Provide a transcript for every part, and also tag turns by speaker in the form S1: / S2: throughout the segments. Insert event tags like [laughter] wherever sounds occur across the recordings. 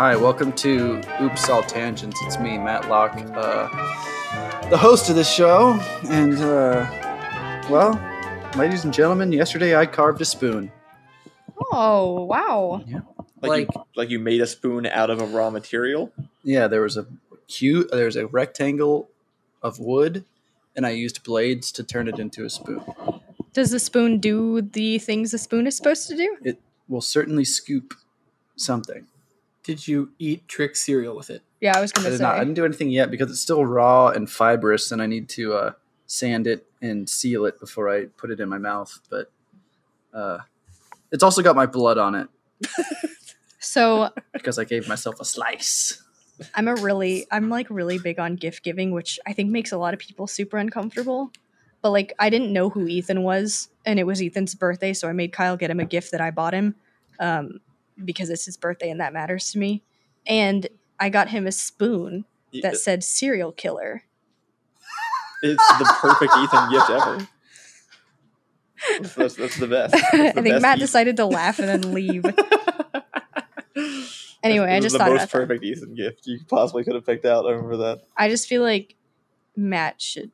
S1: Hi, welcome to Oops All Tangents. It's me, Matt Locke, uh, the host of this show. And, uh, well, ladies and gentlemen, yesterday I carved a spoon.
S2: Oh wow!
S3: Like, you, like you made a spoon out of a raw material.
S1: Yeah, there was a cute, there was a rectangle of wood, and I used blades to turn it into a spoon.
S2: Does the spoon do the things the spoon is supposed to do?
S1: Will certainly scoop something.
S4: Did you eat trick cereal with it?
S2: Yeah, I was
S1: I
S2: gonna
S1: did
S2: say.
S1: not. I didn't do anything yet because it's still raw and fibrous, and I need to uh, sand it and seal it before I put it in my mouth. But uh, it's also got my blood on it
S2: So
S1: because I gave myself a slice.
S2: I'm a really, I'm like really big on gift giving, which I think makes a lot of people super uncomfortable. But like, I didn't know who Ethan was, and it was Ethan's birthday, so I made Kyle get him a gift that I bought him, um, because it's his birthday and that matters to me. And I got him a spoon
S3: Y-
S2: that said serial killer.
S3: [laughs]
S2: [laughs]
S3: It's the perfect Ethan
S2: [laughs]
S3: gift ever. That's, that's- that's the best. That's the
S2: I think
S3: best
S2: Matt
S3: Ethan.
S2: decided to laugh and then
S3: [laughs]
S2: leave. anyway,
S3: This
S2: I
S3: is
S2: just
S3: the
S2: thought
S3: most
S2: about that.
S3: perfect Ethan gift you possibly could have picked out. I remember that.
S2: I just feel like Matt should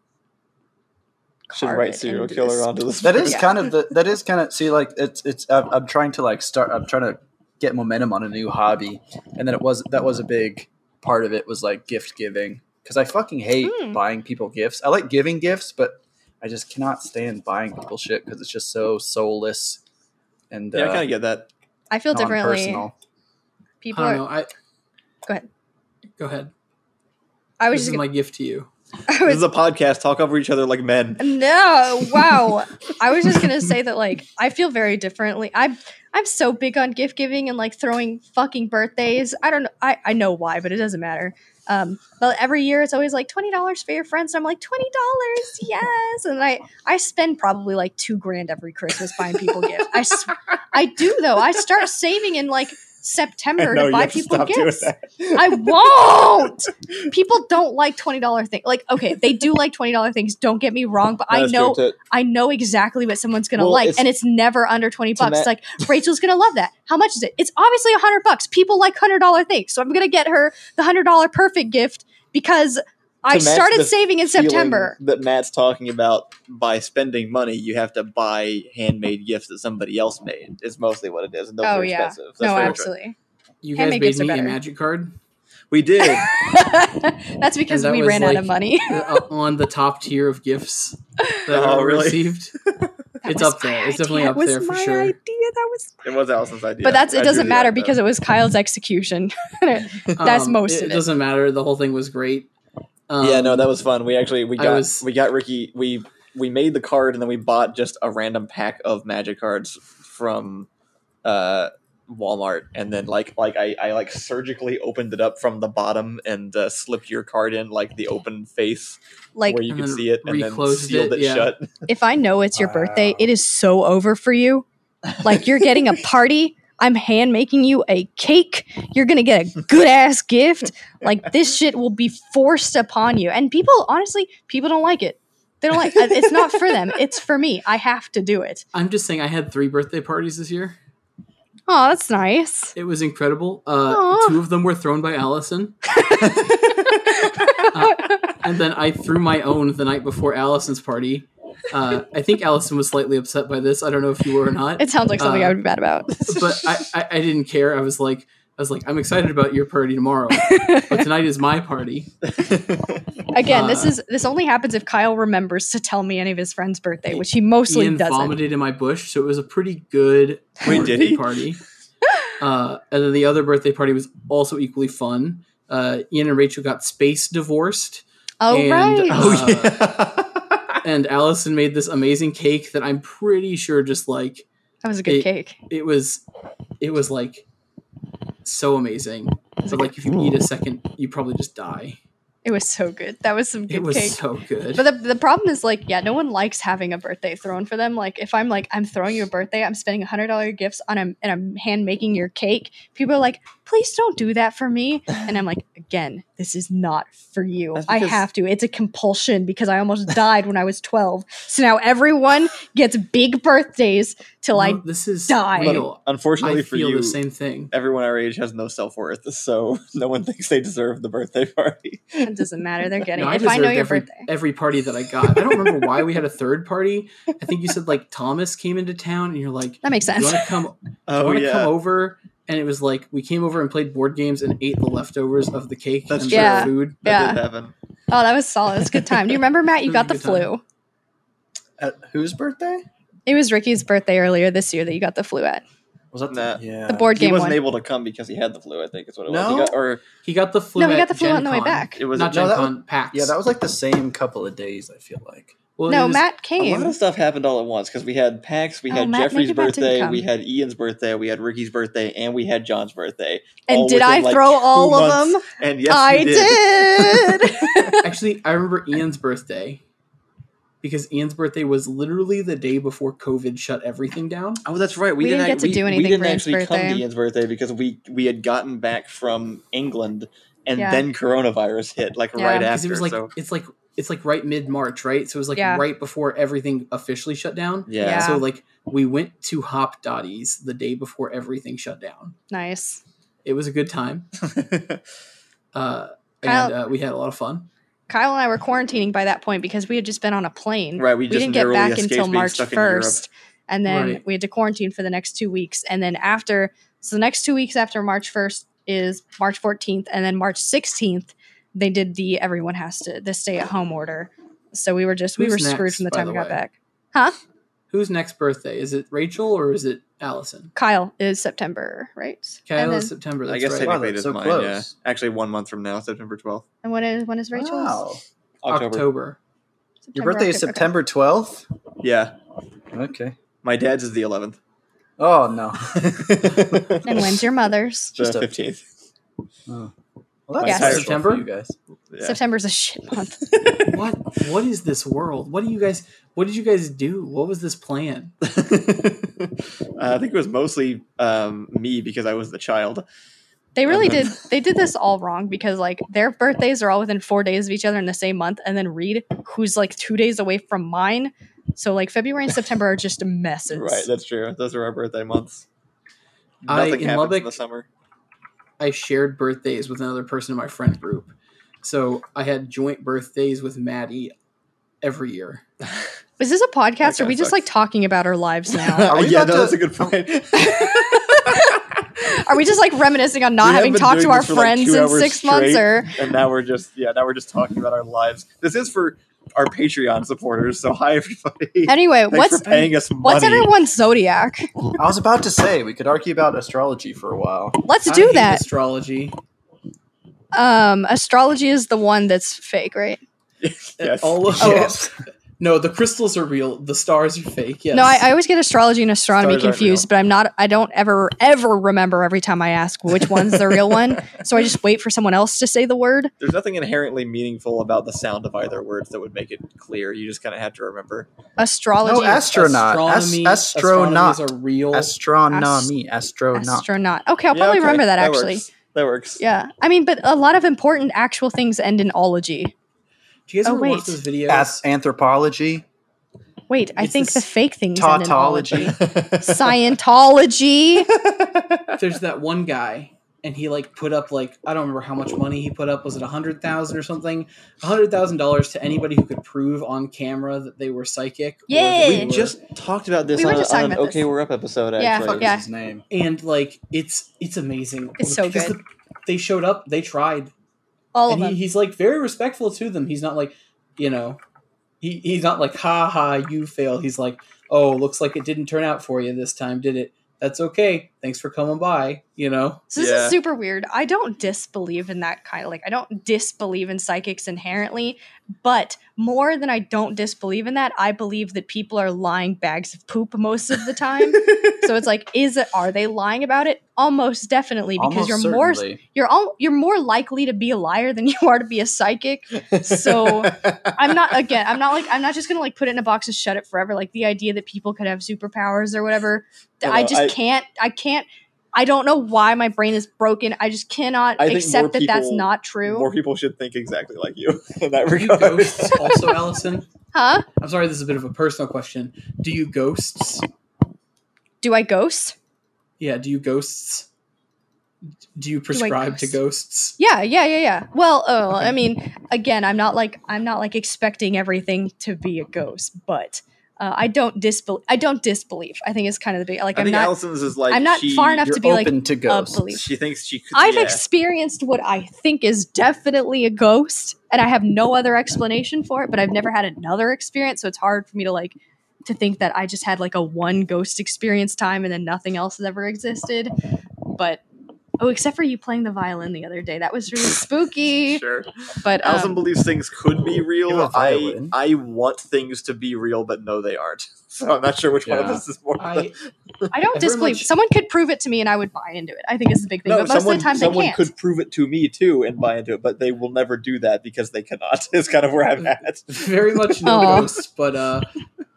S3: Should
S2: carve
S3: write
S2: it
S3: serial
S2: into
S3: killer
S2: this-
S3: onto this.
S1: That is
S2: Yeah.
S1: kind of the,
S2: [laughs]
S1: that is kind of see like it's it's I'm, I'm trying to like start. I'm trying to get momentum on a new hobby, and then it was that was a big part of it was like gift giving because I fucking hate
S2: Mm.
S1: buying people gifts. I like giving gifts, but I just cannot stand buying people shit because it's just so soulless and
S3: Yeah, I
S1: uh,
S3: kind of
S2: [laughs]
S3: get that.
S2: I feel differently.
S1: non-personal.
S2: People
S4: I
S2: are.
S4: don't know. I
S2: Go ahead.
S4: Go ahead.
S2: I was
S4: This
S2: just.
S4: is
S2: Gonna,
S4: my gift to you.
S2: I
S3: This
S2: was,
S3: is a podcast. Talk over each other like men.
S2: no. Wow. I was just gonna say that like I feel very differently. I'm I'm so big on gift giving and like throwing fucking birthdays. I don't know. I I know why, but it doesn't matter. Um, but every year it's always like twenty dollars for your friends. And I'm like twenty dollars, yes. And I I spend probably like two grand every Christmas buying people gifts. I s- I do though. I start saving in like September to buy people gifts.
S3: that.
S2: I won't. People don't like twenty dollar things. Like, okay, they do like twenty dollar things. Don't get me wrong, but I
S3: That's true,
S2: know
S3: too.
S2: I know exactly what someone's gonna
S3: Well,
S2: like,
S3: it's-
S2: and it's never under twenty
S3: to
S2: bucks.
S3: ma-
S2: It's like Rachel's gonna love that. How much is it? It's obviously a hundred bucks. People like hundred dollar things, so I'm gonna get her the hundred dollar perfect gift because I
S3: match
S2: started
S3: the
S2: saving in
S3: feeling
S2: September.
S3: that Matt's talking about by spending money, you have to buy handmade gifts that somebody else made. Is mostly what it is, and those
S2: Oh,
S3: are
S2: yeah.
S3: expensive. That's
S2: No,
S3: very true.
S2: absolutely.
S4: You guys
S2: Handmade
S4: made
S2: gifts are
S4: me a
S2: better.
S4: magic card
S3: We [laughs] did.
S2: [laughs] That's because
S4: that
S2: we
S4: was
S2: ran out
S4: like-
S2: of money.
S4: uh,
S2: [laughs]
S4: on the top tier of gifts that
S3: Oh,
S4: I
S3: really?
S4: received.
S2: That
S4: [laughs] it's
S2: was
S4: up there.
S2: my
S4: It's definitely
S2: idea.
S4: up
S2: It was
S4: there for
S2: my
S4: sure.
S2: idea. That was.
S3: It was Allison's idea.
S2: But that's
S3: I
S2: it.
S3: drew
S2: Doesn't
S3: the
S2: matter
S3: idea.
S2: because it was Kyle's execution. [laughs] That's most
S4: Um, it,
S2: of it.
S4: doesn't matter. The whole thing was great. Um,
S3: yeah, no, that was fun. We actually we
S4: I
S3: got
S4: was-
S3: we got Ricky. We we made the card and then we bought just a random pack of magic cards from uh, Walmart and then like like I, I like surgically opened it up from the bottom and uh, slipped your card in like the open face
S2: like
S3: where you
S4: And
S3: could
S4: then
S3: see it and then
S4: um, reclosed
S3: sealed it,
S4: it, yeah. [laughs]
S3: shut.
S2: if I know it's your birthday,
S1: Wow.
S2: it is so over for you. Like you're
S4: [laughs]
S2: getting a party. I'm hand making you a cake. You're gonna get a good ass gift. Like this shit will be forced upon you. And people, honestly, people don't like it. They don't like. It's not for them. It's for me. I have to do it.
S4: I'm just saying, I had three birthday parties this year.
S2: Oh, that's nice.
S4: It was incredible. Uh,
S2: Aw.
S4: two of them were thrown by
S2: [laughs]
S4: Allison, Uh, and then I threw my own the night before Allison's party. Uh, I think Allison was slightly upset by this. I don't know if you were or not.
S2: It sounds like something
S4: Uh,
S2: I would be mad about. [laughs]
S4: but I, I, I didn't care. I was like, I was like, I'm excited about your
S2: [laughs]
S4: party tomorrow, but tonight is my party.
S2: Again, this
S4: uh,
S2: is this only happens if Kyle remembers to tell me any of his friend's birthday, which he mostly
S4: Ian
S2: doesn't.
S4: vomited in my bush, so it was a pretty
S2: [laughs]
S4: good
S3: Wait, did he?
S4: birthday party. Uh, and then the other birthday party was also equally fun. Uh, Ian and Rachel got
S2: [laughs]
S4: space divorced,
S2: Oh
S4: And,
S2: right.
S4: uh,
S3: oh yeah.
S4: and Allison made this amazing cake that I'm pretty sure just like
S2: that was a good
S4: it-
S2: cake.
S4: it was, it was like so amazing. But like if you eat a second, you probably just die.
S2: It was so good. That was some
S4: It
S2: good
S4: was
S2: cake.
S4: so good.
S2: But the, the problem is like, yeah, no one likes having a birthday thrown for them. Like if I'm like, I'm throwing you a birthday, I'm spending hundred dollar gifts on a, and I'm hand making your cake. People are like, please don't do that for me. And I'm like, again, this is not for you.
S3: That's
S2: I
S3: because-
S2: have to. It's a compulsion because I almost died when I was 12. So now everyone gets big birthdays till I
S4: No, this is
S2: die.
S4: real.
S3: [laughs] Unfortunately
S4: I
S3: for
S4: feel
S3: you,
S4: the same thing.
S3: everyone our age has no self worth, so [laughs] no one thinks they deserve the birthday party.
S2: it [laughs] doesn't matter. They're getting
S4: [laughs] No,
S2: it.
S4: I
S2: If I know
S4: deserved
S2: your
S4: every,
S2: birthday.
S4: every party that I got. I don't remember why we had a third party. I think you said like Thomas came into town, and
S2: [laughs]
S4: you're like,
S2: That makes
S4: "You
S2: sense.
S4: want to come I
S3: Oh
S4: want to come
S3: yeah,
S4: over, and it was like we came over and played board games and ate the leftovers of the cake
S3: That's
S4: and
S2: true.
S4: the
S2: Yeah.
S4: food.
S3: that
S2: Yeah.
S3: did happen.
S2: Oh, that was solid. It was a good time. Do you remember Matt? You
S4: It was a
S2: got the
S4: good time.
S2: flu.
S1: At whose birthday?
S2: It was Ricky's birthday earlier this year that you got the flu at.
S1: Was that
S3: Nah.
S1: Yeah.
S2: The board
S3: He
S2: game
S3: wasn't
S2: one.
S3: able to come because he had the flu. I think is what it was. He
S1: No?
S3: got, or
S4: He got the flu.
S2: No, we
S4: at
S2: got the flu
S4: Gen
S2: on the way
S4: Con.
S2: back.
S3: it was
S4: Not
S1: no,
S4: Gen
S1: that-
S4: Con, PAX.
S1: Yeah, that was like the same couple of days. I feel like.
S4: Well,
S2: no,
S4: it was-
S2: Matt
S3: a
S2: came.
S3: lot of stuff happened all at once because we had PAX, we
S2: Oh,
S3: had
S2: Matt-
S3: Jeffrey's
S2: maybe Matt didn't
S3: birthday,
S2: come.
S3: we had Ian's birthday, we had Ricky's birthday, and we had John's birthday. all
S2: and did
S3: within,
S2: I
S3: like,
S2: throw
S3: two
S2: all of
S3: months.
S2: them?
S3: And yes,
S2: I
S3: you [laughs]
S2: did.
S4: [laughs] Actually, I remember Ian's birthday because Ian's birthday was literally the day before COVID shut everything down.
S3: Oh, that's right. We,
S2: We didn't
S3: act-
S2: get to
S3: we-
S2: do
S3: we
S2: anything
S3: didn't
S2: for Ian's
S3: actually come
S2: birthday.
S3: to Ian's birthday because we we had gotten back from England and
S2: Yeah.
S3: then coronavirus hit like
S2: Yeah.
S3: right
S4: Because
S3: after.
S4: it was like
S3: so
S4: it's like it's like right mid March, right? So it was like
S2: Yeah.
S4: right before everything officially shut down.
S3: yeah.
S2: Yeah.
S4: So like we went to Hop Dottie's the day before everything shut down.
S2: nice.
S4: It was a good
S3: [laughs]
S4: time, uh,
S2: Kyle-
S4: and uh, we had a lot of fun.
S2: Kyle and I were quarantining by that point because we had just been on a plane.
S3: right. We,
S2: We
S3: just
S2: didn't get
S3: narrowly
S2: back
S3: escaped
S2: until
S3: being
S2: March
S3: stuck in Europe.
S2: 1st. And then
S4: Right.
S2: we had to quarantine for the next two weeks. And then after, so the next two weeks after March 1st is March 14th. And then March 16th, they did the everyone has to, the stay at home order. So we were just, we
S4: Who's
S2: were screwed
S4: next,
S2: from the
S4: by
S2: time
S4: the
S2: we got
S4: way?
S2: back.
S4: Whose next birthday is it? Rachel or is it Allison?
S2: Kyle is September, right?
S4: Kyle
S2: and, then,
S4: is September. That's
S3: I guess
S4: right.
S1: Wow,
S3: technically it
S1: that's
S3: is
S1: so
S3: mine.
S1: close.
S3: Yeah. Actually, one month from now, September twelfth,
S2: and when is, when is Rachel's?
S1: Wow.
S4: October.
S3: October.
S1: Your birthday is
S2: October.
S1: September twelfth.
S3: Yeah.
S1: Okay.
S3: My dad's is the eleventh.
S1: Oh no. [laughs]
S2: Okay. [laughs] And when's your mother's?
S1: Just
S3: the
S1: a-
S3: fifteenth?
S1: Oh. Well,
S2: Yes.
S1: terrible for
S4: September?
S1: you guys.
S3: Yeah.
S2: September's a shit month.
S4: what what is this world? What do you guys? What did you guys do? What was this plan?
S3: [laughs] I think it was mostly um, me because I was the child.
S2: They really
S3: then-
S2: did. They did this all wrong because like their birthdays are all within four days of each other in the same month, and then Reed, who's like two days away from mine, so like February and September are just messes.
S3: [laughs] Right, that's true. Those are our birthday months.
S4: I-
S3: Nothing
S4: in
S3: happens
S4: Lubbock-
S3: in the summer.
S4: I shared birthdays with another person in my friend group, so I had joint birthdays with Maddie every year.
S2: Is this a podcast?
S3: That
S2: or are we
S3: kinda
S2: just like
S3: sucks.
S2: talking about our
S3: [laughs]
S2: lives now?
S1: Are
S3: Oh
S1: we
S3: yeah,
S1: about
S3: no,
S1: to-
S3: that's a good point.
S2: are we just like reminiscing on
S3: We
S2: not
S3: have
S2: having
S3: been
S2: talked to
S3: doing
S2: our
S3: this for, like,
S2: friends
S3: two
S2: in
S3: hours
S2: six months?
S3: straight. [laughs]
S2: Or
S3: and now we're just yeah, now we're just talking about our lives. This is for our Patreon supporters. So hi everybody.
S2: anyway,
S3: Thanks
S2: what's
S3: for paying us money.
S2: what's everyone's zodiac?
S1: I was about to say we could argue about astrology for a while.
S2: Let's
S4: I
S2: do
S4: hate
S2: that.
S4: Astrology.
S2: Um, astrology is the one that's fake, right?
S3: yes.
S4: All
S2: Oh,
S4: of,
S1: Yes.
S4: No, the crystals are real. The stars are fake. Yes.
S2: No, I, I always get astrology and astronomy
S3: Stars aren't
S2: confused, but I'm not. I don't ever ever remember every time I ask which one's the real one. So I just wait for someone else to say the word.
S3: There's nothing inherently meaningful about the sound of either words that would make it clear. You just kind of have to remember.
S2: Astrology,
S1: No, astronaut. As-
S4: Astronomy-
S1: astronaut.
S4: astronomies are real.
S1: Astronomy. Astronaut.
S2: astronaut. Okay, I'll
S3: Yeah,
S2: probably
S3: okay,
S2: remember that, actually.
S3: works. That works.
S2: Yeah, I mean, but a lot of important actual things end in ology.
S4: do you guys
S2: Oh,
S4: ever
S2: wait.
S4: watch those videos?
S1: As- anthropology.
S2: Wait, I
S4: It's
S2: think
S4: this
S2: the fake things end in
S1: Tautology.
S2: ology.
S3: [laughs]
S2: Scientology.
S4: There's that one guy, and he like put up like I don't remember how much money he put up. Was it a hundred thousand or something? A hundred thousand dollars to anybody who could prove on camera that they were psychic. or that they
S2: Yay!
S3: We just talked about this
S2: We were
S3: on, a-
S2: just talking
S3: on an
S2: about
S3: Okay
S2: this.
S3: We're Up episode.
S2: Yeah,
S3: Actually.
S1: Fuck
S2: Yeah.
S1: is his name.
S4: and like it's it's amazing.
S2: It's so
S4: Because
S2: good.
S4: the- they showed up. They tried,
S2: All of
S4: and he, [laughs]
S2: them.
S4: he's like very respectful to them. He's not like you know, he, he's not like ha ha you fail. He's like oh looks like it didn't turn out for you this time, did it? That's okay. Thanks for coming by. You know.
S2: So this
S3: Yeah.
S2: is super weird. I don't disbelieve in that kind of like I don't disbelieve in psychics inherently, but more than I don't disbelieve in that, I believe that people are lying bags of poop most of
S1: [laughs]
S2: the time. so it's like, is it are they lying about it? Almost definitely because
S1: Almost
S2: you're more
S1: certainly.
S2: you're all you're more likely to be a liar than [laughs] you are to be a psychic. So I'm not again, I'm not like I'm not just gonna like put it in a box and shut it forever. Like the idea that people could have superpowers or whatever.
S3: No,
S2: I
S3: no,
S2: just
S3: I-
S2: can't I can't I don't know why my brain is broken. I just cannot
S3: I think more
S2: accept that that's
S3: people-
S2: not true.
S3: More people should think exactly like you [laughs] in that
S4: Are you
S3: regard. [laughs]
S4: ghosts also, Allison?
S2: huh?
S4: I'm sorry, this is a bit of a personal question. Do you ghosts?
S2: Do I ghost?
S4: Yeah, do you ghosts? Do you prescribe to
S2: ghost?
S4: ghosts?
S2: Yeah, yeah, yeah, yeah. Well, oh,
S4: Okay.
S2: I mean, again, I'm not like I'm not like expecting everything to be a ghost, but uh, I don't disbel I don't disbelieve. I think it's kind of the big like
S3: I
S2: I'm
S3: think
S2: not
S3: Allison's is like
S2: I'm not
S3: she-
S2: far enough
S1: You're
S2: to be like
S1: open to ghosts.
S2: a believer.
S3: She thinks she could.
S2: I've
S3: yeah.
S2: experienced what I think is definitely a ghost, and I have no other explanation for it. But I've never had another experience, so it's hard for me to like to think that I just had like a one ghost experience time, and then nothing else has ever existed. But oh, except for you playing the violin the other day, that was
S3: [laughs]
S2: really spooky.
S3: sure.
S2: But
S3: Allison
S2: um,
S3: believes things could be
S1: You're a
S3: real. I
S1: violin.
S3: I want things to be real, but no, they aren't. [laughs] So I'm not sure which one of
S4: Yeah.
S3: us is more.
S4: I
S2: I don't
S4: I very
S2: disbelieve.
S4: much-
S2: Someone could prove it to me, and I would buy into it. I think is the big thing.
S3: no,
S2: but most
S3: someone
S2: of the time, they
S3: someone
S2: can't.
S3: could prove it to me too and buy into it, but they will never do that because they cannot. [laughs] Is kind of where I'm at.
S4: [laughs] very much no
S2: Aw.
S4: ghosts, but uh,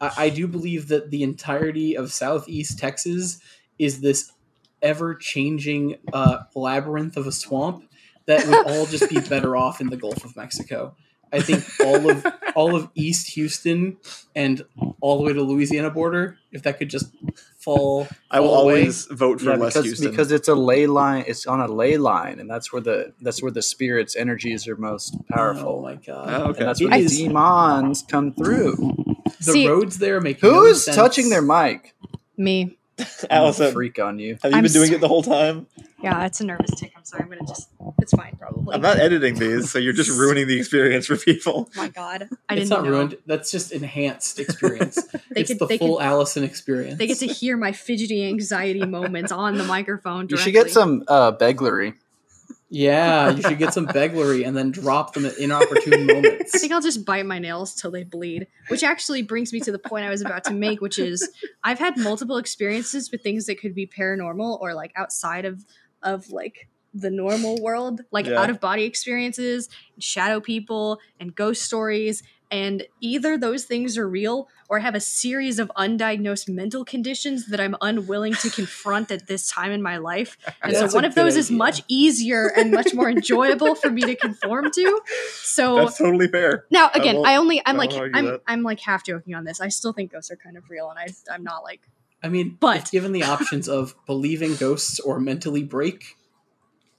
S4: I, I do believe that the entirety of Southeast Texas is this ever-changing uh, labyrinth of a swamp that would all
S2: [laughs]
S4: just be better off in the Gulf of Mexico. I think all of all of East Houston and all the way to Louisiana border, if that could just fall.
S3: I will
S4: All the way?
S3: always vote for
S1: Yeah,
S3: Les
S1: because,
S3: Houston.
S1: because it's a ley line. It's on a ley line, and that's where the that's where the spirits' energies are most
S4: Oh
S1: powerful,
S4: my god!
S3: Oh, okay.
S1: and that's where
S4: It
S1: the
S4: is-
S1: demons come through.
S4: The
S2: See-
S4: roads there make no
S1: Who's
S4: sense.
S1: touching their mic?
S2: me.
S1: I'm gonna
S3: Allison,
S1: freak on you.
S3: have you
S2: I'm
S3: been doing
S2: sorry.
S3: it the whole time?
S2: Yeah, it's a nervous tick. I'm sorry. I'm gonna just. It's fine, probably.
S3: I'm not editing these, so
S2: [laughs]
S3: you're just ruining the experience for people.
S2: oh my god, I
S4: it's
S2: didn't
S4: not
S2: know.
S4: ruined. That's just enhanced experience.
S2: [laughs] They
S4: it's
S2: could.
S4: the
S2: they could
S4: full Allison experience.
S2: They
S1: [laughs]
S2: get to hear my fidgety anxiety moments on the microphone.
S1: You
S2: Directly.
S1: should get some uh, beglery.
S4: Yeah, you should get some beglery and then drop them
S2: [laughs]
S4: at inopportune
S2: I
S4: moments.
S2: think I'll just bite my nails till they bleed, which actually brings me to the point I was about to make, which is I've had multiple experiences with things that could be paranormal or like outside of of like the normal world, like
S3: Yeah.
S2: out of body experiences, shadow people, and ghost stories. And either those things are real or have a series of undiagnosed mental conditions that I'm unwilling to confront at this time in my life. And
S4: Yeah,
S2: so
S4: that's
S2: one
S4: a
S2: of those
S4: good
S2: is
S4: idea.
S2: much easier and much more enjoyable for me to conform
S3: [laughs]
S2: to. So
S3: That's
S2: [laughs]
S3: totally fair.
S2: now again,
S3: won't-
S2: I, only I'm
S3: I
S2: like
S3: won't argue
S2: I'm
S3: that.
S2: I'm like half joking on this. I still think ghosts are kind of real, and I I'm not like
S4: I mean,
S2: But-
S4: if given the options of believing ghosts or mentally break,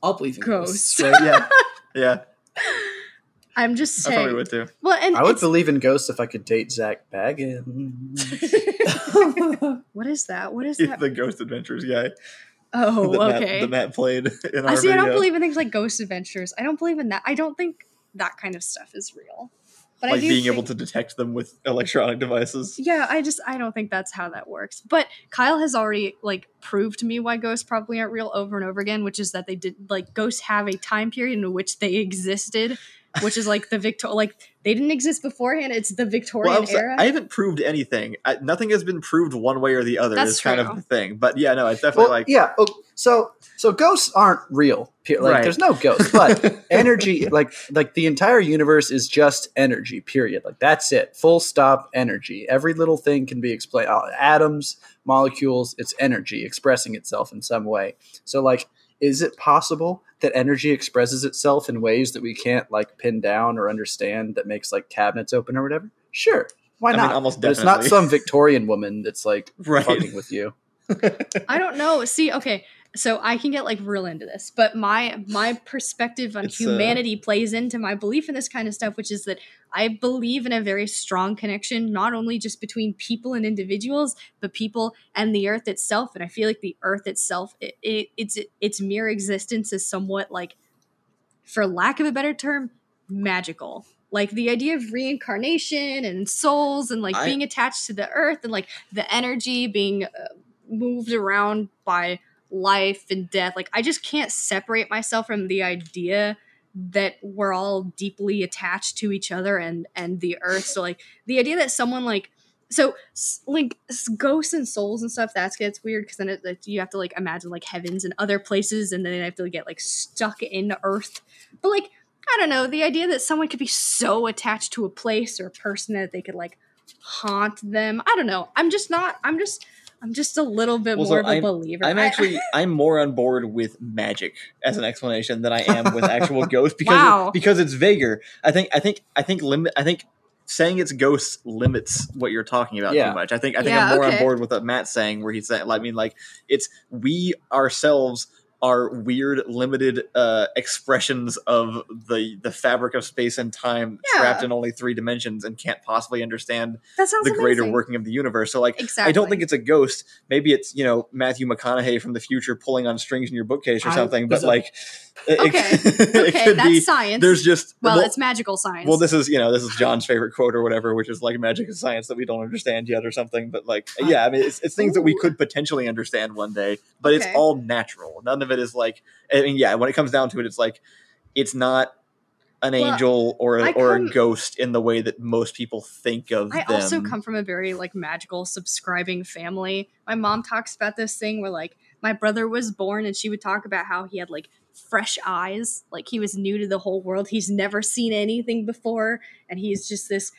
S4: I'll believe in ghosts.
S2: Ghosts.
S4: right?
S3: Yeah, yeah,
S2: [laughs]
S3: [laughs]
S2: I'm just
S3: I probably
S2: saying.
S3: would too.
S2: Well, and
S1: I would
S2: it's-
S1: believe in ghosts if I could date Zach Baggins.
S2: what is that? What is
S3: He's
S2: that?
S3: the Ghost Adventures [laughs] guy
S2: [laughs] oh,
S3: that, Matt,
S2: okay.
S3: that Matt played in our
S2: I see. I don't
S3: video.
S2: believe in things like ghost adventures. I don't believe in that. I don't think that kind of stuff is real. But I
S3: like
S2: do
S3: being
S2: think,
S3: able to detect them with electronic devices.
S2: Yeah, I just I don't think that's how that works. But Kyle has already like proved to me why ghosts probably aren't real over and over again, which is that they did like ghosts have a time period in which they existed, which is like the Victor like they didn't exist beforehand. It's the Victorian
S3: Well, I'm so-
S2: era.
S3: I haven't proved anything. I, nothing has been proved one way or the other.
S2: That's
S3: is kind
S2: true.
S3: of the thing. But yeah, no, it's definitely
S1: well,
S3: like
S1: yeah. Oh, so so ghosts aren't real. pe- Like
S3: Right.
S1: there's no ghosts,
S3: [laughs]
S1: but energy [laughs] like like the entire universe is just energy period like that's it full stop energy every little thing can be explained uh, atoms molecules it's energy expressing itself in some way so like is it possible that energy expresses itself in ways that we can't like pin down or understand that makes like cabinets open or whatever sure why
S3: I mean,
S1: not
S3: almost
S1: but it's not
S3: definitely.
S1: some victorian woman that's [laughs] like
S3: [laughs] right.
S1: fucking with you
S2: I don't know. See, okay, so I can get like real into this, but my my perspective on
S3: It's, uh,
S2: humanity plays into my belief in this kind of stuff, which is that I believe in a very strong connection, not only just between people and individuals, but people and the earth itself. And I feel like the earth itself, it, it, its its mere existence is somewhat like, for lack of a better term, magical. Like the idea of reincarnation and souls and like
S3: I-
S2: being attached to the earth and like the energy being uh, moved around by life and death. Like I just can't separate myself from the idea that we're all deeply attached to each other and and the earth. So like the idea that someone like so s- like s- ghosts and souls and stuff that gets weird because then it, like, you have to like imagine like heavens and other places and then you have to get like stuck in earth but like i don't know the idea that someone could be so attached to a place or a person that they could like haunt them i don't know i'm just not i'm just I'm just a little bit
S3: Well, so
S2: more of a
S3: I'm-
S2: believer.
S3: [laughs] I'm
S2: I- [laughs]
S3: actually I'm more on board with magic as an explanation than I am with
S2: [laughs]
S3: actual ghosts because
S2: Wow.
S3: because it's vaguer. I think I think I think limit I think saying it's ghosts limits what you're talking about
S1: Yeah.
S3: too much. I think I think
S2: Yeah,
S3: I'm more
S2: okay.
S3: on board with what Matt's saying where he's saying like, I mean like it's we ourselves are weird limited uh, expressions of the the fabric of space and time
S2: Yeah.
S3: trapped in only three dimensions and can't possibly understand
S2: that sounds
S3: the greater
S2: amazing.
S3: working of the universe. So like
S2: Exactly.
S3: I don't think it's a ghost. Maybe it's you know Matthew McConaughey from the future pulling on strings in your bookcase or
S4: I
S3: something.
S4: was
S3: But
S4: a-
S3: like, it, it-
S2: Okay.
S3: [laughs] it
S2: okay.
S3: could
S2: That's
S3: be.
S2: science.
S3: There's just
S2: well, it's magical science.
S3: well, this is you know this is John's favorite quote or whatever, which is like magic is science that we don't understand yet or something. But like, yeah, I mean, it's, it's things that we
S2: Ooh.
S3: could potentially understand one day, but
S2: Okay.
S3: it's all natural. None of it is like, I mean, yeah, when it comes down to it, it's like it's not an
S2: Well,
S3: angel or a,
S2: I
S3: or
S2: come-
S3: a ghost in the way that most people think of
S2: I
S3: them.
S2: also come from a very like magical subscribing family. My mom talks about this thing where like my brother was born and she would talk about how he had like fresh eyes, like he was new to the whole world. He's never seen anything before and he's just this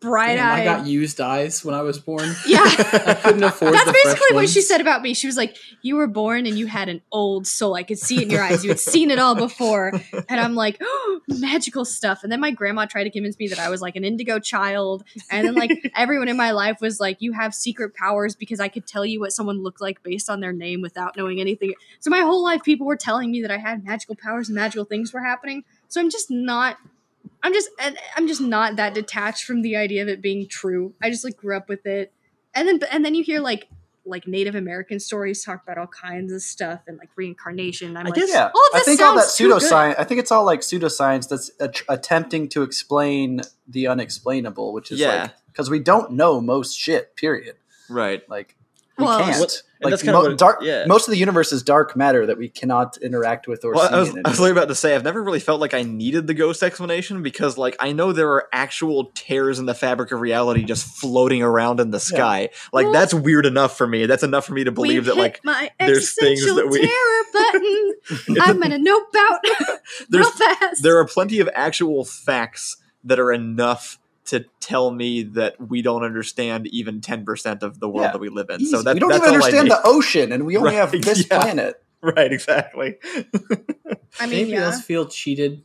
S2: bright
S4: Damn, I got
S2: eyed.
S4: used eyes when I was born.
S2: [laughs] Yeah.
S4: I couldn't afford.
S2: That's
S4: the fresh
S2: basically what
S4: ones.
S2: she said about me. She was like, "You were born and you had an old soul. I could see it in your eyes. You had seen it all before." And I'm like, oh, "Magical stuff." And then my grandma tried to convince me that I was like an indigo child. And then like everyone in my life was like, "You have secret powers because I could tell you what someone looked like based on their name without knowing anything." So my whole life, people were telling me that I had magical powers and magical things were happening. So I'm just not. I'm just and I'm just not that detached from the idea of it being true. I just like grew up with it. And then and then you hear like like Native American stories talk about all kinds of stuff and like reincarnation. And I'm
S3: I
S2: like,
S3: guess-
S1: yeah,
S2: all of
S1: I
S2: this
S1: think all that
S2: sounds too good.
S1: pseudoscience. I think it's all like pseudoscience that's att- attempting to explain the unexplainable, which is
S3: Yeah.
S1: like because we don't know most shit. Period.
S3: right.
S1: Like we
S2: Well-
S1: can't.
S3: What- and
S1: like
S3: that's kinda
S1: mo-
S3: what it-
S1: dark.
S3: yeah.
S1: Most of the universe is dark matter that we cannot interact with or
S3: Well,
S1: see.
S3: I was,
S1: in
S3: I
S1: any
S3: was
S1: way.
S3: literally about to say I've never really felt like I needed the ghost explanation because, like, I know there are actual tears in the fabric of reality just floating around in the sky. Like,
S2: Well-
S3: that's weird enough for me. That's enough for me to believe
S2: We've
S3: that,
S2: hit
S3: like,
S2: my
S3: there's things
S2: existential
S3: that we- [laughs]
S2: terror button. I'm gonna nope out [laughs] real
S3: there's
S2: fast.
S3: there are plenty of actual facts that are enough to tell me that we don't understand even ten percent of the world
S1: Yeah.
S3: that we live in.
S1: Easy.
S3: So that,
S1: we don't
S3: that's
S1: even
S3: all
S1: understand
S3: I
S1: the ocean, and we only
S3: Right,
S1: have this
S3: yeah.
S1: planet.
S3: [laughs] need. [laughs] right, exactly. [laughs]
S2: I mean,
S4: Anybody
S2: yeah.
S4: else feel cheated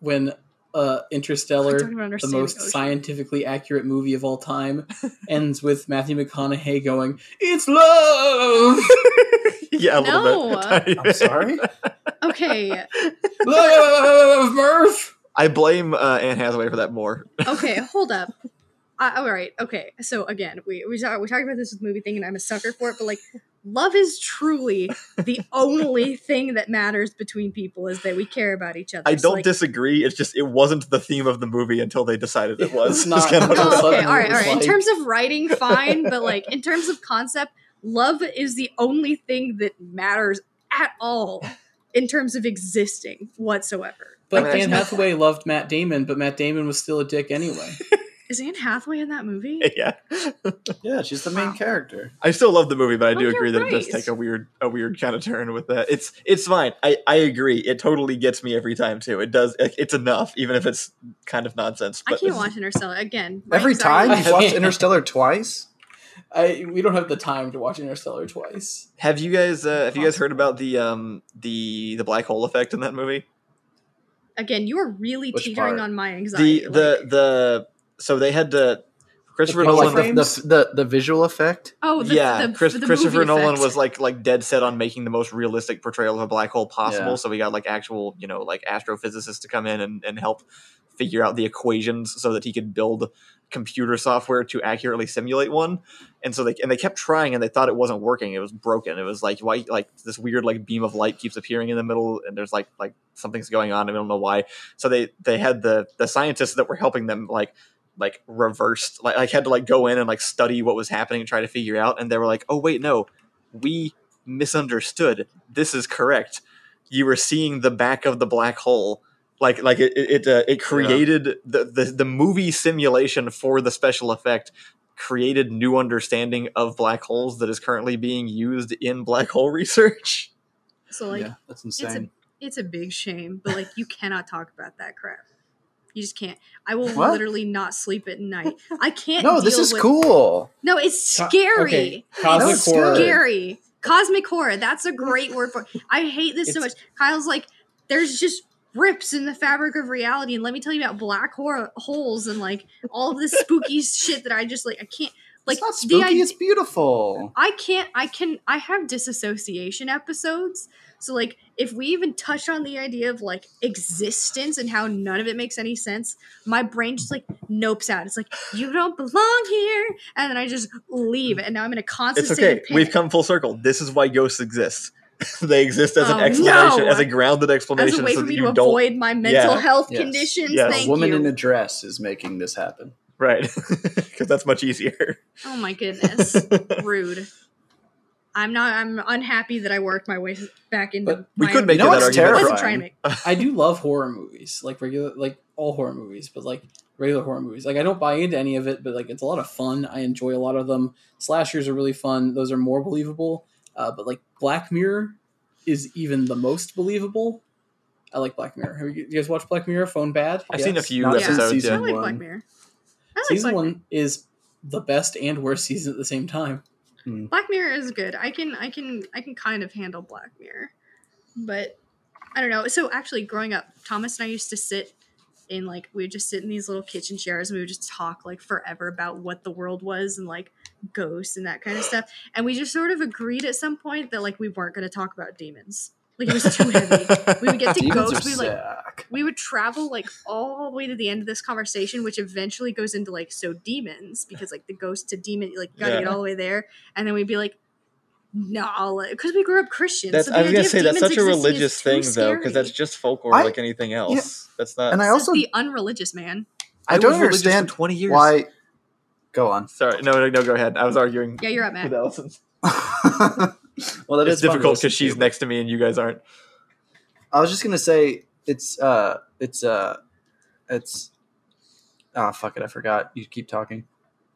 S4: when
S2: I
S4: uh, Interstellar,
S2: don't even
S4: the
S2: understand
S4: most
S2: ocean.
S4: scientifically accurate movie of all time, [laughs] ends with Matthew McConaughey going, "It's love, [laughs]
S3: yeah, a little
S2: No.
S3: bit. [laughs]
S1: I'm sorry.
S2: Okay,
S4: love, Murph."
S3: I blame uh, Anne Hathaway for that more.
S2: okay, hold up. I, all right, okay. So again, we we talk, we talked about this with movie thing, and I'm a sucker for it. But like, love is truly
S3: [laughs]
S2: the only thing that matters between people is that we care about each other.
S3: I
S2: So,
S3: don't
S2: like,
S3: disagree. It's just it wasn't the theme of the movie until they decided it
S4: It
S3: was.
S4: was
S3: [laughs] It's
S4: not.
S3: kinda what it
S4: No.
S3: was.
S2: Oh, okay.
S4: sudden
S2: All right,
S4: it
S2: all
S4: was
S2: right. In
S4: like-
S2: terms of
S3: [laughs]
S2: writing, fine, but like in terms of concept, love is the only thing that matters at all in terms of existing whatsoever.
S4: But
S3: I mean,
S4: Anne Hathaway loved Matt Damon, but Matt Damon was still a dick anyway.
S2: Is Anne Hathaway in that movie?
S3: yeah,
S1: Yeah, she's the main character.
S3: I still love the movie, but I do
S2: Okay,
S3: agree that it does
S2: right.
S3: take a weird, a weird kind of turn with that. It's it's fine. I I agree. It totally gets me every time too. It does. it- It's enough, even if it's kind of nonsense.
S2: I
S3: But
S2: keep watching Interstellar again. my
S1: Every
S2: anxiety-
S1: time you've watched
S4: Yeah.
S1: Interstellar twice.
S4: [laughs] I we don't have the time to watch Interstellar twice.
S3: have you guys uh, have you guys heard about the um the the black hole effect in that movie?
S2: Again, you are really
S1: Which
S2: teetering
S1: part?
S2: on my
S3: The
S2: anxiety. like-
S3: the the so they had to Christopher
S4: The
S1: Oh,
S4: picture
S1: like
S3: Nolan.
S1: the,
S4: frames?
S1: the, the, the visual effect.
S2: oh, the,
S3: yeah,
S2: the,
S3: Chris,
S2: the
S3: Christopher
S2: movie
S3: Nolan
S2: effect.
S3: was like like dead set on making the most realistic portrayal of a black hole possible.
S1: Yeah.
S3: So we got like actual you know like astrophysicists to come in and, and help figure out the equations so that he could build computer software to accurately simulate one. And so they and they kept trying and they thought it wasn't working. It was broken. It was like why like this weird like beam of light keeps appearing in the middle and there's like like something's going on. and we don't know why. So they they had the the scientists that were helping them like like reversed like I had to like go in and like study what was happening and try to figure out and they were like oh wait no we misunderstood this is correct you were seeing the back of the black hole like like it it, it, uh, it created the, the the movie simulation for the special effect created new understanding of black holes that is currently being used in black hole research
S2: so like
S1: yeah, that's
S2: it's a
S1: insane.
S2: it's a big shame, but like you cannot talk about that crap. You just can't. I will
S1: What?
S2: literally not sleep at night. I can't.
S1: No, this
S2: deal
S1: is
S2: with-
S1: cool.
S2: No, it's
S4: Co-
S2: scary.
S4: okay,
S1: No,
S4: Cosmic
S1: it's
S2: it's
S4: horror.
S2: scary. Cosmic horror. That's a great word for. it. I hate this so much.
S4: It's-
S2: Kyle's like, there's just rips in the fabric of reality, and let me tell you about black hor- holes and like all of this spooky [laughs] shit that I just like. I can't. Like
S1: it's not
S2: the
S1: spooky.
S2: idea.
S1: it's beautiful.
S2: I can't. I can. I have disassociation episodes. So like, if we even touch on the idea of like existence and how none of it makes any sense, my brain just like nopes out. It's like you don't belong here, and then I just leave. And now I'm in a constant.
S3: It's
S2: state of
S3: okay.
S2: panic.
S3: We've come full circle. This is why ghosts exist. [laughs] they exist as
S2: Oh,
S3: an explanation,
S2: no!
S3: as a grounded
S2: as
S3: explanation,
S2: a way
S3: so
S2: for
S3: that
S2: me
S3: you
S2: to
S3: don't.
S2: avoid my mental
S3: Yeah.
S2: health
S1: Yes.
S2: conditions.
S3: Yes.
S1: A
S2: Thank
S1: woman
S2: you.
S1: in a dress is making this happen.
S3: Right, [laughs] because that's much easier.
S2: oh my
S3: [laughs]
S2: goodness, rude. I'm not. I'm unhappy that I worked my way back into.
S4: But
S3: we
S2: my
S3: could
S2: own-
S3: make
S1: You know
S3: that
S1: what's
S2: I
S3: argument.
S2: wasn't
S1: terrifying?
S2: trying to make.
S4: I do love horror movies, like regular, like all horror movies, but like regular horror movies. Like I don't buy into any of it, but like it's a lot of fun. I enjoy a lot of them. Slashers are really fun; those are more believable. Uh, but like Black Mirror is even the most believable. I like Black Mirror. Have you, you guys watched Black Mirror? Phone bad.
S3: I've seen a few
S1: Not
S2: since
S3: episodes.
S2: I
S1: season
S3: Yeah.
S2: like Black
S1: One.
S2: Mirror. I like
S4: Season
S2: Black,
S4: one is the best and worst season at the same time.
S2: Black Mirror is good. I can. I can. I can kind of handle Black Mirror, but I don't know. So actually, growing up, Thomas and I used to sit. in like we would just sit in these little kitchen chairs and we would just talk like forever about what the world was and like ghosts and that kind of stuff. And we just sort of agreed at some point that like we weren't going to talk about demons. Like it was too
S1: [laughs]
S2: heavy.
S3: [laughs]
S2: We would get to
S1: Demons are
S2: ghosts. We like
S1: sick.
S2: we would travel like all the way to the end of this conversation, which eventually goes into like so demons because like the ghost to demon like gotta
S3: Yeah.
S2: get all the way there, and then we'd be like. No, because we grew up Christian.
S3: That's,
S2: so the
S3: I was
S2: idea
S3: gonna
S2: of
S3: say that's
S2: demons
S3: such a
S2: existing is
S3: religious
S2: too
S3: thing though,
S2: scary.
S3: because that's just folklore
S1: I-
S3: like anything else. That's not.
S1: And I
S2: This is
S1: also
S2: the unreligious man.
S1: I
S3: was
S1: don't
S3: religious for
S1: understand
S3: Twenty years.
S1: why. Go on. [laughs]
S3: Sorry. No. No. No. Go ahead. I was arguing
S2: Yeah, you're up,
S3: with
S2: Matt.
S3: Allison.
S1: well, that is
S3: it's
S1: fun to
S3: difficult
S1: listen
S3: because she's
S1: to.
S3: next to me and you guys aren't.
S1: I was just gonna say it's uh it's uh it's oh fuck it I forgot you keep talking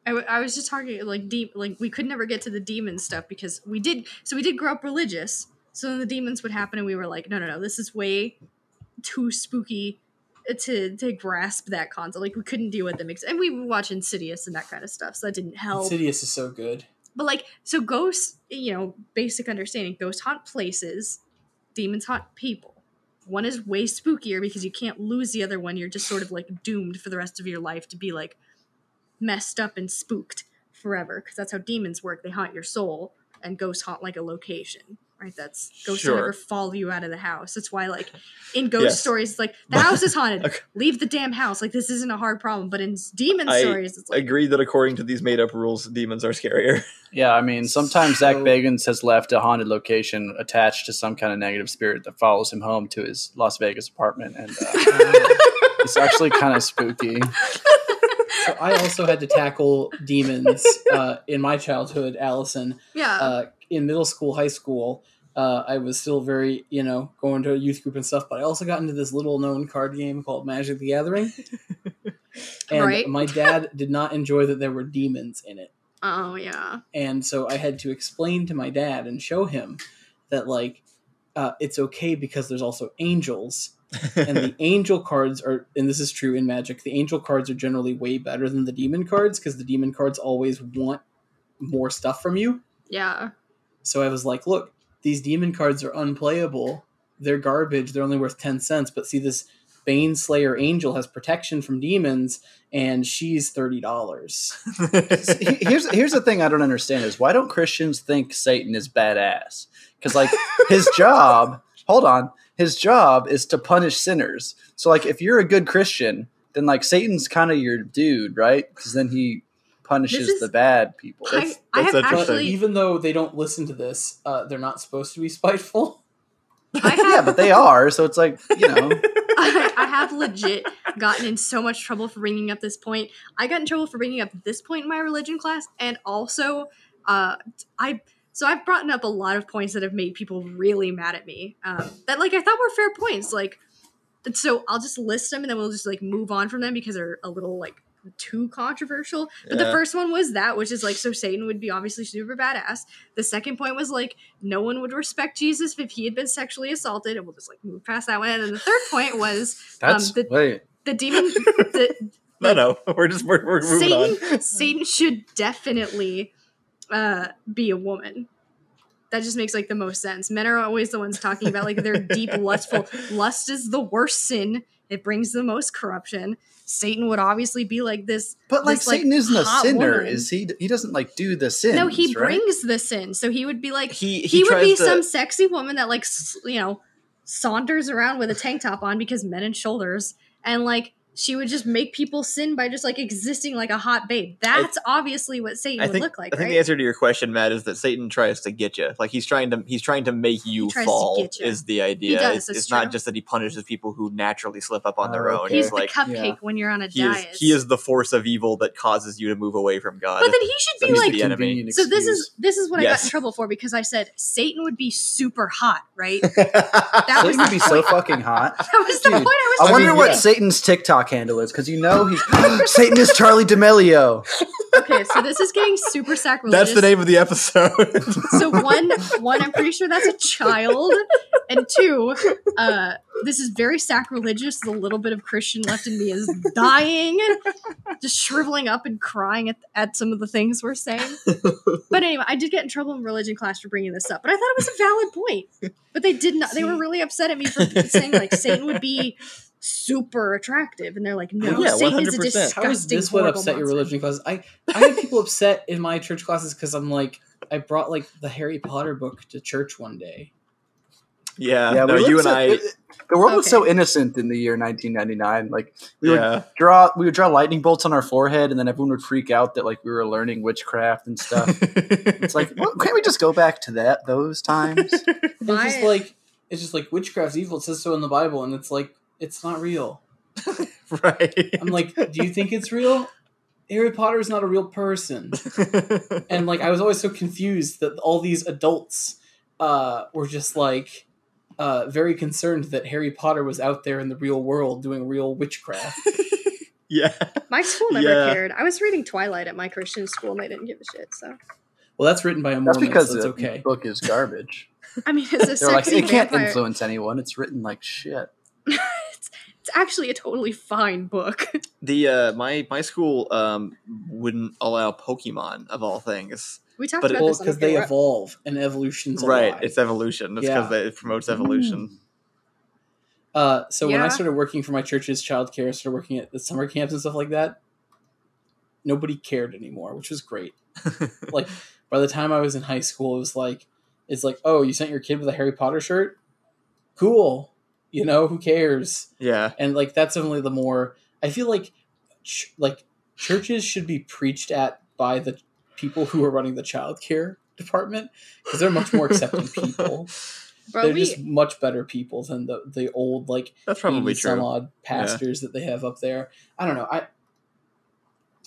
S2: I, w- I was just talking like deep like we could never get to the demon stuff because we did so we did grow up religious so then the demons would happen and we were like no no no this is way too spooky to to grasp that concept like we couldn't deal with them ex- and we would watch insidious and that kind of stuff so that didn't help
S4: Insidious is so good.
S2: but like so ghosts you know basic understanding ghosts haunt places demons haunt people one is way spookier because you can't lose the other one you're just sort of like doomed for the rest of your life to be like messed up and spooked forever because that's how demons work they haunt your soul and ghosts haunt like a location right that's ghosts will
S3: Sure.
S2: never follow you out of the house that's why like in ghost
S3: Yes.
S2: stories it's like the house is haunted
S3: [laughs] Okay.
S2: leave the damn house like this isn't a hard problem but in demon
S3: I
S2: stories it's like
S3: Agreed that according to these made-up rules, demons are scarier.
S1: yeah I mean sometimes Zach
S4: So-
S1: Bagans has left a haunted location attached to some kind of negative spirit that follows him home to his Las Vegas apartment and uh, it's actually kind of [laughs] spooky
S4: So I also had to tackle demons uh, in my childhood, Allison.
S2: yeah
S4: uh, in middle school, high school, uh, I was still very, you know, going to a youth group and stuff, but I also got into this little known card game called Magic the Gathering.
S2: [laughs]
S4: and
S2: Right.
S4: my dad did not enjoy that there were demons in it.
S2: oh yeah
S4: And so I had to explain to my dad and show him that, like, uh, it's okay because there's also angels.
S3: [laughs]
S4: And the angel cards are, and this is true in Magic, the angel cards are generally way better than the demon cards because the demon cards always want more stuff from you.
S2: yeah
S4: So I was like, look, these demon cards are unplayable. They're garbage. They're only worth 10 cents. But see, this Bane Slayer angel has protection from demons, and she's $30.
S1: He- here's here's the thing I don't understand is why don't Christians think Satan is badass? Because like [laughs] his job, hold on, his job is to punish sinners. So like if you're a good Christian, then like Satan's kind of your dude, right? Because then he punishes
S2: This is-
S1: the bad people.
S2: I-
S3: That's-
S2: I,
S3: that's
S2: have
S4: But
S3: interesting.
S2: actually,
S4: even though they don't listen to this, uh, they're not supposed to be spiteful.
S2: I
S1: [laughs]
S2: have,
S1: yeah, but they are. So it's like you know,
S2: [laughs] Um, I, I have legit gotten in so much trouble for bringing up this point. I got in trouble for bringing up this point in my religion class, and also, uh, I so I've brought up a lot of points that have made people really mad at me. Um, that like I thought were fair points, like. but So I'll just list them and then we'll just like move on from them because they're a little like too controversial. But the
S3: Yeah.
S2: first one was that, which is like so Satan would be obviously super badass. The second point was like no one would respect Jesus if he had been sexually assaulted, and we'll just like move past that one. And then the third point was
S1: that's
S2: Um, the-
S1: wait.
S2: the
S3: [laughs]
S2: demon, the,
S3: No, no, [laughs] we're just we're, we're moving on.
S2: Satan, Satan should definitely uh, be a woman. That just makes like the most sense. Men are always the ones talking about like their
S3: [laughs]
S2: deep lustful. Lust is the worst sin. It brings the most corruption. Satan would obviously be like this.
S1: But like
S2: This, like,
S1: Satan isn't a
S2: hot
S1: sinner,
S2: woman.
S1: is he? He doesn't like do the sin.
S2: no, he
S1: right?
S2: brings the sin. So he would be like
S3: He
S2: he, would
S3: tries
S2: be
S3: to-
S2: some sexy woman that like s- you know saunters around with a tank top on because men and shoulders and like she would just make people sin by just like existing like a hot babe. That's obviously what Satan
S3: I
S2: would
S3: think,
S2: look like,
S3: I think
S2: right?
S3: the answer to your question, Matt, is that Satan tries to get you. Like he's trying to he's trying to make you
S2: tries to
S3: fall.
S2: get ya.
S3: Is the idea?
S2: does,
S3: it's
S2: that's
S3: it's
S2: true.
S3: not just that he punishes people who naturally slip up on their
S1: Oh,
S3: own.
S1: okay.
S2: He's
S3: He's
S2: the
S3: like
S2: cupcake
S1: yeah.
S2: when you're on a
S3: he
S2: diet.
S3: is he is the force of evil that causes you to move away from God.
S2: But then he should
S3: So
S2: be
S3: he's
S2: like
S3: the enemy.
S1: Convenient
S2: So this
S1: excuse.
S2: is this is what I got in
S3: Yes.
S2: trouble for because I said Satan would be super hot,
S3: [laughs]
S2: right? that
S3: that
S2: was
S1: Satan
S2: [laughs]
S1: would be so fucking hot.
S2: was the
S1: Dude,
S2: point I was
S1: I
S2: trying
S1: wonder
S2: to
S1: what
S2: make.
S1: Satan's TikTok handle is because you know he's Satan is Charlie [laughs] D'Amelio.
S2: Okay, so this is getting super sacrilegious.
S3: That's the name of the episode.
S2: So one, one, I'm pretty sure that's a child, and two, uh, this is very sacrilegious. The little bit of Christian left in me is dying, just shriveling up and crying at, at some of the things we're saying. But anyway, I did get in trouble in religion class for bringing this up, but I thought it was a valid point. But they did not; they were really upset at me for saying like Satan would be super attractive, and they're like, no,
S3: Yeah,
S2: Satan is a
S3: 100%.
S2: disgusting.
S4: How is this what
S2: horrible
S4: upset your
S2: monster.
S4: religion classes? I I had people upset in my church classes because I'm like I brought like the Harry Potter book to church one day.
S3: [laughs] yeah,
S1: yeah,
S3: no,
S1: we
S3: you
S1: were
S3: and
S1: so-
S3: I.
S1: The world was so
S2: Okay.
S1: innocent in the year 1999. Like we would
S3: Yeah,
S1: draw, we would draw lightning bolts on our forehead, and then everyone would freak out that like we were learning witchcraft and [laughs] stuff.
S3: it's
S1: it's like, well, can't we just go back to that those [laughs] times?
S4: It's just
S2: My-
S4: like it's just like witchcraft's evil. It says so in the Bible, and it's like it's not real.
S3: [laughs] right.
S4: I'm like, do you think it's real? Harry Potter is not a real person. And like I was always so confused that all these adults uh, were just like uh, very concerned that Harry Potter was out there in the real world doing real witchcraft.
S3: [laughs] yeah,
S2: My school never
S3: Yeah.
S2: cared. I was reading Twilight at my Christian school, and they didn't give a shit. So
S4: Well, that's written by a Mormon,
S1: That's because
S4: so it's
S1: the
S4: okay.
S1: book is
S2: [laughs]
S1: garbage.
S2: I mean, it's a
S1: They're like,
S2: sexy
S1: it can't
S2: vampire.
S1: influence anyone. It's written like shit.
S2: [laughs] It's actually a totally fine book. [laughs]
S3: the uh, my my school um, wouldn't allow Pokemon of all things.
S2: We talked
S3: But it-
S2: about
S4: Well,
S2: this on
S4: because
S2: the
S4: they
S2: they
S4: evolve and evolution's a
S3: right,
S4: lie.
S3: it's evolution. It's because
S4: Yeah.
S3: it promotes
S2: Mm.
S3: evolution.
S4: Uh, so when I
S2: Yeah.
S4: started working for my church's childcare, I started working at the summer camps and stuff like that. Nobody cared anymore, which was great.
S3: [laughs]
S4: like by the time I was in high school, it was like it's like, oh, you sent your kid with a Harry Potter shirt? Cool. You know, who cares?
S3: Yeah,
S4: And like that's definitely the more I feel like ch- like churches should be preached at by the people who are running the childcare department because they're much more
S3: [laughs]
S4: accepting people.
S2: Bro,
S4: they're
S2: we,
S4: just much better people than the the old like
S3: that's probably
S4: 80 some
S3: true.
S4: odd pastors that they have up there. I don't know. I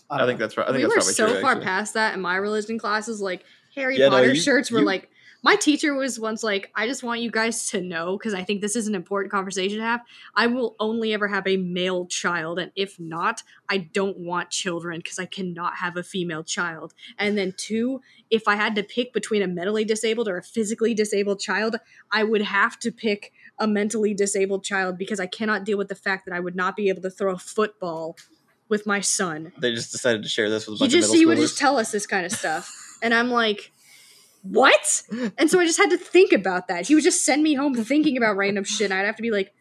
S3: I think that's right. I think
S2: we were
S3: that's probably
S2: so
S3: true.
S2: far
S3: actually.
S2: past that in my religion classes. Like Harry
S3: Yeah, no,
S2: Potter
S3: you-
S2: shirts were
S3: you-
S2: like. My teacher was once like, I just want you guys to know because I think this is an important conversation to have. I will only ever have a male child, and if not, I don't want children because I cannot have a female child. And then two, if I had to pick between a mentally disabled or a physically disabled child, I would have to pick a mentally disabled child because I cannot deal with the fact that I would not be able to throw a football with my son.
S3: They just decided to share this with a
S2: He
S3: bunch
S2: just
S3: of
S2: he
S3: middle
S2: would just
S3: schoolers.
S2: tell us this kind of stuff, and I'm like, what? And so I just had to think about that. He would just send me home thinking about random shit, and I'd have to be like,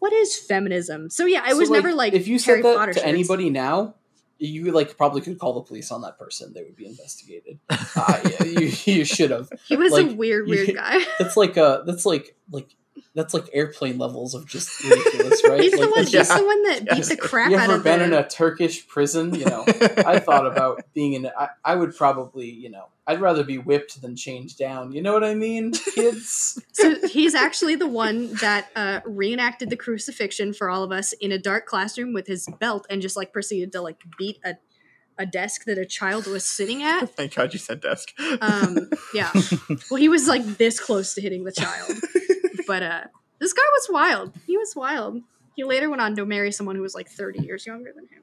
S2: what is feminism? So yeah, I
S4: So,
S2: was never like
S4: if you
S2: Harry
S4: said that
S2: Potter
S4: to
S2: shirts.
S4: anybody now, you like probably could call the police on that person. They would be investigated. uh,
S3: [laughs]
S4: yeah, you you should have.
S2: He was a
S4: like,
S2: weird,
S4: you-
S2: weird
S4: [laughs]
S2: guy.
S4: That's like uh that's like like that's like airplane levels of just
S2: [laughs]
S4: ridiculous, right?
S2: he's
S4: like,
S2: the one.
S4: you
S2: He's the one that beat
S3: Yes.
S2: the crap out
S4: ever
S2: of
S4: been in
S2: the.
S4: a Turkish prison? You know,
S3: [laughs]
S4: I thought about being in. I, I would probably you know I'd rather be whipped than chained down. You know what
S1: [laughs]
S4: I mean, kids?
S2: So he's actually the one that uh, reenacted the crucifixion for all of us in a dark classroom with his belt, and just like proceeded to like beat a a desk that a child was sitting at.
S3: Thank God you said desk.
S2: Um, yeah. Well, he was like this close to hitting the child, but uh, this guy was wild. He was wild. He later went on to marry someone who was like 30 years younger than him.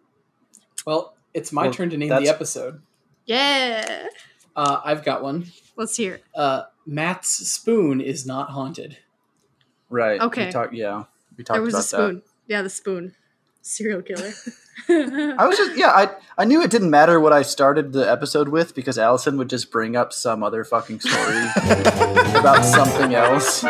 S4: Well, it's my
S1: Well,
S4: turn to name the
S1: that's-
S4: episode.
S2: Yeah.
S4: Uh, I've got one.
S2: Let's hear. it.
S4: Uh, Matt's spoon is not haunted.
S1: Right.
S2: Okay.
S1: We talk, yeah. We talked
S2: There was
S1: about
S2: a spoon. Yeah, the spoon. serial killer.
S1: I was just yeah, I I knew it didn't matter what I started the episode with because Allison would just bring up some other fucking story about something else.